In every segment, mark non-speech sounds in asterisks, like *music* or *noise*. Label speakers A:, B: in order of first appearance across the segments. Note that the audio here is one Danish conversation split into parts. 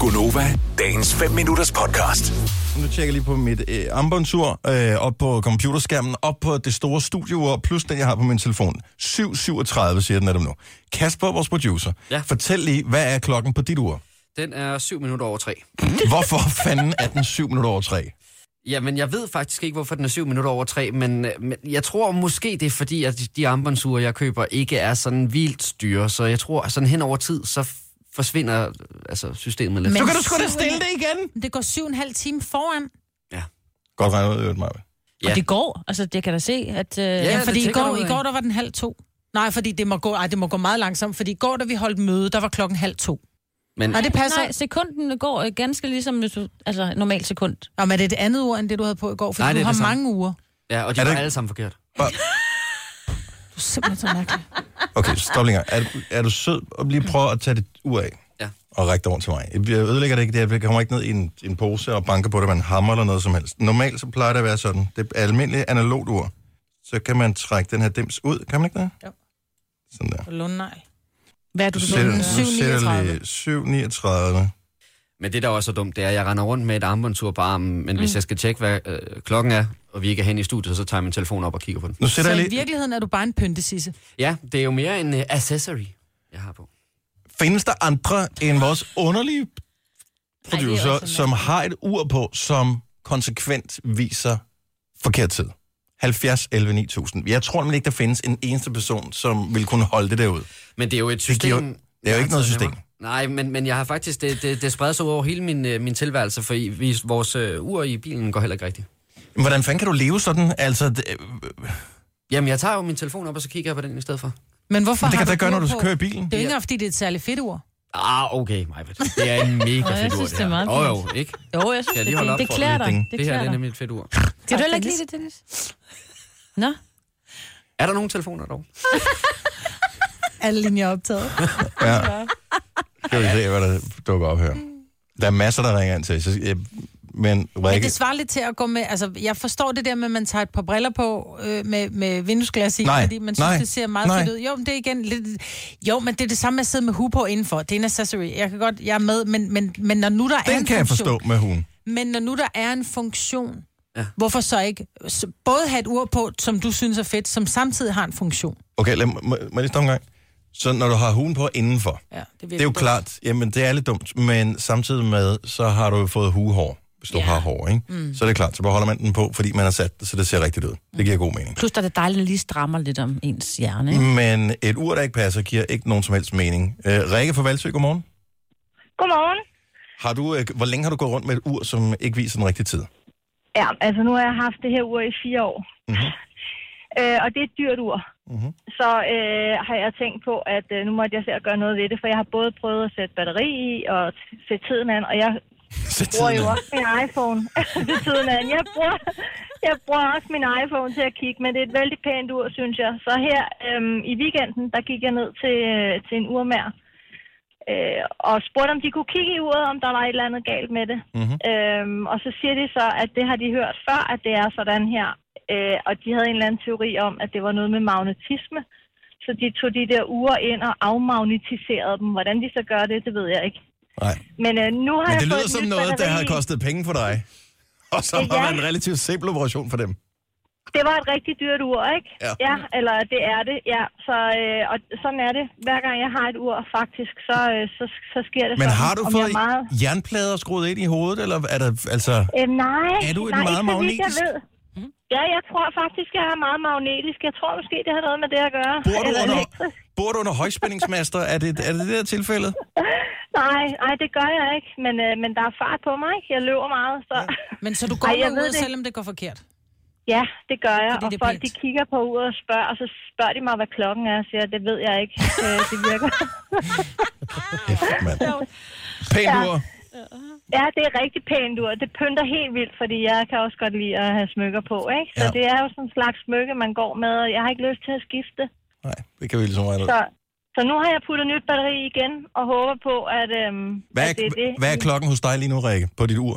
A: Gunova, dagens 5 minutters podcast.
B: Nu tjekker jeg lige på mit øh, armbåndsur, øh, op på computerskærmen, op på det store studieur, plus den, jeg har på min telefon. 7.37 siger den netop nu. Kasper, vores producer, ja.
C: Ja.
B: fortæl lige, hvad er klokken på dit ur?
C: Den er 7 minutter over 3.
B: Hvorfor fanden er den 7 minutter over 3?
C: Jamen, jeg ved faktisk ikke, hvorfor den er 7 minutter over 3, men, øh, men jeg tror måske, det er fordi, at de- de armbåndsure, jeg køber, ikke er sådan vildt dyre. Så jeg tror, at sådan hen over tid, så f- forsvinder øh, altså, systemet lidt.
D: Men-
B: Så kan du sgu da stille det igen!
D: Det går syv og en halv time foran.
B: Godt regnet ud, øvrigt, Maja.
C: Ja.
D: Ja. Og det går, altså det kan da se, at... Øh, ja,
C: det
D: fordi i
C: tænker
D: går,
C: du,
D: i
C: ja.
D: går der var den halv to. Nej, fordi det må gå, ej, det må gå meget langsomt, fordi i går, da vi holdt møde, der var klokken halv to.
C: Men
D: Nej, det passer.
E: Nej, sekunden går øh, ganske ligesom hvis du- altså, normalt sekund.
D: Nå, men er det et andet ur, end det, du havde på i går? Fordi
C: Nej,
D: Nej,
C: det
D: du
C: er
D: har
C: det samme.
D: mange uger.
C: ja, og de
B: Er det
C: er var
B: ikke-
C: alle sammen forkert.
D: Du er simpelthen så mærkelig.
B: Okay, stop lige en gang. Er, du- er du sød at lige prøve at tage dit ur af?
C: Ja.
B: Og række det rundt til mig. Jeg ødelægger det ikke, det jeg kommer ikke ned i en, en pose og banker på det med en hammer eller noget som helst. Normalt så plejer det at være sådan. Det er almindeligt analogt ur. Så kan man trække den her dims ud, kan man ikke det?
D: Jo.
B: Sådan der.
D: Lundnej. Hvad er du
B: Nu
D: på?
B: sætter- nu sætter jeg
D: 739.
B: lige 739.
C: Men det, der også er dumt, det er, at jeg render rundt med et armbåndsur på armen, men mm. hvis jeg skal tjekke, hvad øh, klokken er, og vi ikke er hen i studiet, så tager jeg min telefon op og kigger på den.
B: Nu sætter
D: Så
B: jeg
D: i
B: lige...
D: virkeligheden er du bare en pyntesisse.
C: Ja, det er jo mere en øh, accessory, jeg har på.
B: Findes der andre end vores underlige producer, Ej,
E: mærkeligt.
B: som har et ur på, som konsekvent viser forkert tid? 70, 11, 9000. Jeg tror nemlig ikke, der findes en eneste person, som vil kunne holde det der ud.
C: Men det er jo et
B: Det
C: system...
B: giver- det er jo
C: jeg
B: ikke noget
C: har taget med
B: system.
C: mig. Nej, men, men jeg har faktisk... Det, det, det spreder sig ud over hele min, øh, min tilværelse, for i, vi, vores øh, ur i bilen går heller ikke rigtigt.
B: Men Hvordan fanden kan du leve sådan? Altså, det, øh,
C: Jamen, jeg tager jo min telefon op, og så kigger jeg på den i stedet for.
D: Men hvorfor
B: det kan
D: har
B: du da
D: du
B: gøre, når
D: ur
B: du
D: på?
B: kører i bilen.
D: Det er jo ikke engang, fordi det er et særligt fedt ur.
C: Ah, okay, Majbet. Det er en mega
E: jeg
C: fedt ur,
E: synes,
C: det
E: det er
C: her.
E: meget
C: Åh, jo, ikke?
E: Jo, jeg synes,
C: jeg lige
E: det, det,
C: holde op
E: det
C: for at
E: klæder
B: den
E: dig.
B: lige
E: Det
C: Det her
E: klæder
C: det er
E: dig.
C: nemlig et fedt ur.
E: Kan du heller ikke lide det, Dennis? Nå,
C: Er der nogen telefoner dog?
D: Alle linjer er optaget.
B: Ja. Skal vi se, hvad der dukker op her. Der er masser, der ringer ind til. Så, øh, men
D: Men
B: Rikke...
D: det svarer lidt til at gå med, altså jeg forstår det der med, at man tager et par briller på øh, med, med vinduesglas i,
B: Nej,
D: fordi man synes,
B: nej,
D: det ser meget
B: nej.
D: fedt ud. Jo, men det er igen lidt, jo, men det er det samme med at sidde med hue på indenfor. Det er en accessory. Jeg kan godt, jeg er med, men, men, men når nu der er
B: Den
D: en
B: kan jeg
D: funktion,
B: forstå med hun.
D: Men når nu der er en funktion,
C: Ja.
D: ja. hvorfor så ikke s- både have et ur på, som du synes er fedt, som samtidig har en funktion?
B: Okay, lad, mig, må jeg lige stoppe en gang. Så når du har hugen på indenfor,
D: Ja, det,
B: det er jo klart, jamen det er lidt dumt, men samtidig med, så har du jo fået hugehår, hvis du ja. har hår, ikke? Mm. Så er det klart, så beholder man den på, fordi man har sat det, så det ser rigtigt ud. Det giver god mening.
E: plus der er det dejligt, at den lige strammer lidt om ens hjerne. Ikke?
B: Men et ur, der ikke passer, giver ikke nogen som helst mening. Øh, Rikke fra Valsø, godmorgen.
F: Godmorgen.
B: Har du, øh, hvor længe har du gået rundt med et ur, som ikke viser den rigtige tid?
F: Ja, altså nu har jeg haft det her ur i fire år.
B: Mhm.
F: Øh, og det er et dyrt ur.
B: Mhm.
F: Så øh, har jeg tænkt på, at øh, nu måtte jeg se at gøre noget ved det, for jeg har både prøvet at sætte batteri i og t- sætte tiden an, og jeg
B: Så
F: bruger jo
B: tiden er-
F: også min iPhone *laughs* til tiden an. Jeg bruger, jeg bruger også min iPhone til at kigge, men det er et vældig pænt ur, synes jeg. Så her øhm, i weekenden, der gik jeg ned til, øh, til en urmær øh, og spurgte, om de kunne kigge i uret, om der var et eller andet galt med det.
B: Mhm.
F: Øhm, og så siger de så, at det har de hørt før, at det er sådan her. Øh, og de havde en eller anden teori om, at det var noget med magnetisme. Så de tog de der uger ind og afmagnetiserede dem. Hvordan de så gør det, det ved jeg ikke.
B: Nej.
F: Men øh, nu har
B: Men
F: jeg
B: det
F: fået
B: lyder
F: et
B: som
F: nyt
B: noget, der
F: batteri
B: har
F: i.
B: kostet penge for dig. Og så
F: Ja.
B: var ja. en relativt simpel operation for dem.
F: Det var et rigtig dyrt ur, ikke?
B: Ja.
F: ja eller det er det, ja. Så, øh, og sådan er det. Hver gang jeg har et ur, faktisk, så, øh, så, så sker det
B: Men
F: sådan.
B: har du
F: om jeg
B: fået
F: er meget...
B: jernplader skruet ind i hovedet, eller er der, altså...
F: Øh, nej,
B: Er du et
F: nej,
B: meget
F: ikke så vidt, jeg
B: magnetisk?
F: ved.
D: Mhm.
F: Ja, jeg tror faktisk, jeg er meget magnetisk. Jeg tror måske, det har noget med det at gøre.
B: Bor du
F: Eller
B: under,
F: elektrisk.
B: bor du under højspændingsmaster? Er det, er det det der
F: *laughs*
B: tilfældet?
F: Nej, nej, det gør jeg ikke. Men, øh, men der er fart på mig, ikke? Jeg løber meget, så...
D: Men så du går
F: Ej,
D: Ej,
F: jeg
D: med
F: ved
D: uret,
F: det.
D: selvom det går forkert.
F: *laughs* Ja, det gør jeg.
D: Fordi
F: og
D: det er
F: folk,
D: pænt.
F: de kigger på uret og spørger, og så spørger de mig, hvad klokken er. Så siger, jeg, det ved jeg ikke. *laughs* Øh, det virker.
B: Kæft, mand. Pænt ja.
F: Ja.
B: ur.
F: Ja, det er rigtig pænt ur. Det pynter helt vildt, fordi jeg kan også godt lide at have smykker på, ikke?
B: Ja.
F: Så ja. det er jo sådan en slags smykke, man går med, og jeg har ikke lyst til at skifte.
B: Nej, det kan vi ligesom meget ud.
F: Så, så nu har jeg puttet nyt batteri i igen, og håber på, at, øhm,
B: Hvad
F: at det er det.
B: er, hvad er klokken hos dig lige nu, Rikke, på dit ur?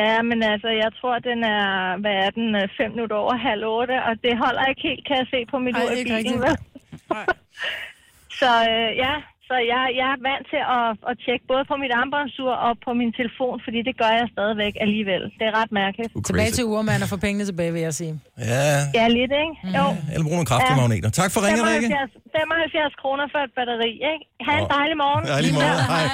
F: Ja, men altså, jeg tror, den er, hvad er den, øh, fem minutter over halv otte, og det holder ikke helt, kan jeg se på mit
D: Ej,
F: ur i
D: ikke
F: bilen.
D: rigtigt.
F: vel?
D: Nej.
F: *laughs* Så øh, ja, Så jeg, jeg er vant til at, at tjekke både på mit armbåndsur og på min telefon, fordi det gør jeg stadigvæk alligevel. Det er ret mærkeligt.
B: Du er
D: Tilbage
B: crazy.
D: til urmand og få pengene tilbage, vil jeg sige.
B: Ja,
F: Ja, lidt, ikke? Jo.
B: eller brug nogle kraftige
F: Ja.
B: magneter. Tak for ringen, Rikke.
F: 75, 75 kroner for et batteri, ikke? Ha' en
B: Åh.
F: dejlig morgen.
B: Ja, lige måde. Hej.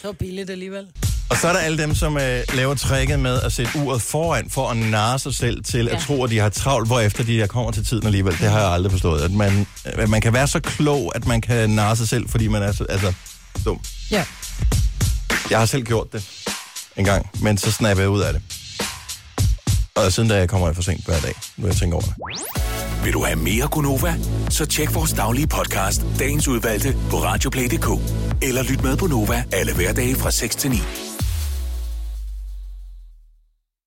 D: Det var billigt alligevel.
B: Og så er der alle dem, som øh, laver tricket med at sætte uret foran for at narre sig selv til at ja. tro, at de har travlt, hvorefter de der kommer til tiden alligevel. Det har jeg aldrig forstået. At man, at man kan være så klog, at man kan narre sig selv, fordi man er så altså, dum.
D: Ja.
B: Jeg har selv gjort det en gang, men så snapper jeg ud af det. Og siden da jeg kommer jeg for sent hver dag, nu jeg tænker over det.
A: Vil du have mere Gunova? Så tjek vores daglige podcast, dagens udvalgte, på radioplay.dk. Eller lyt med på Nova alle hverdage fra 6 til 9.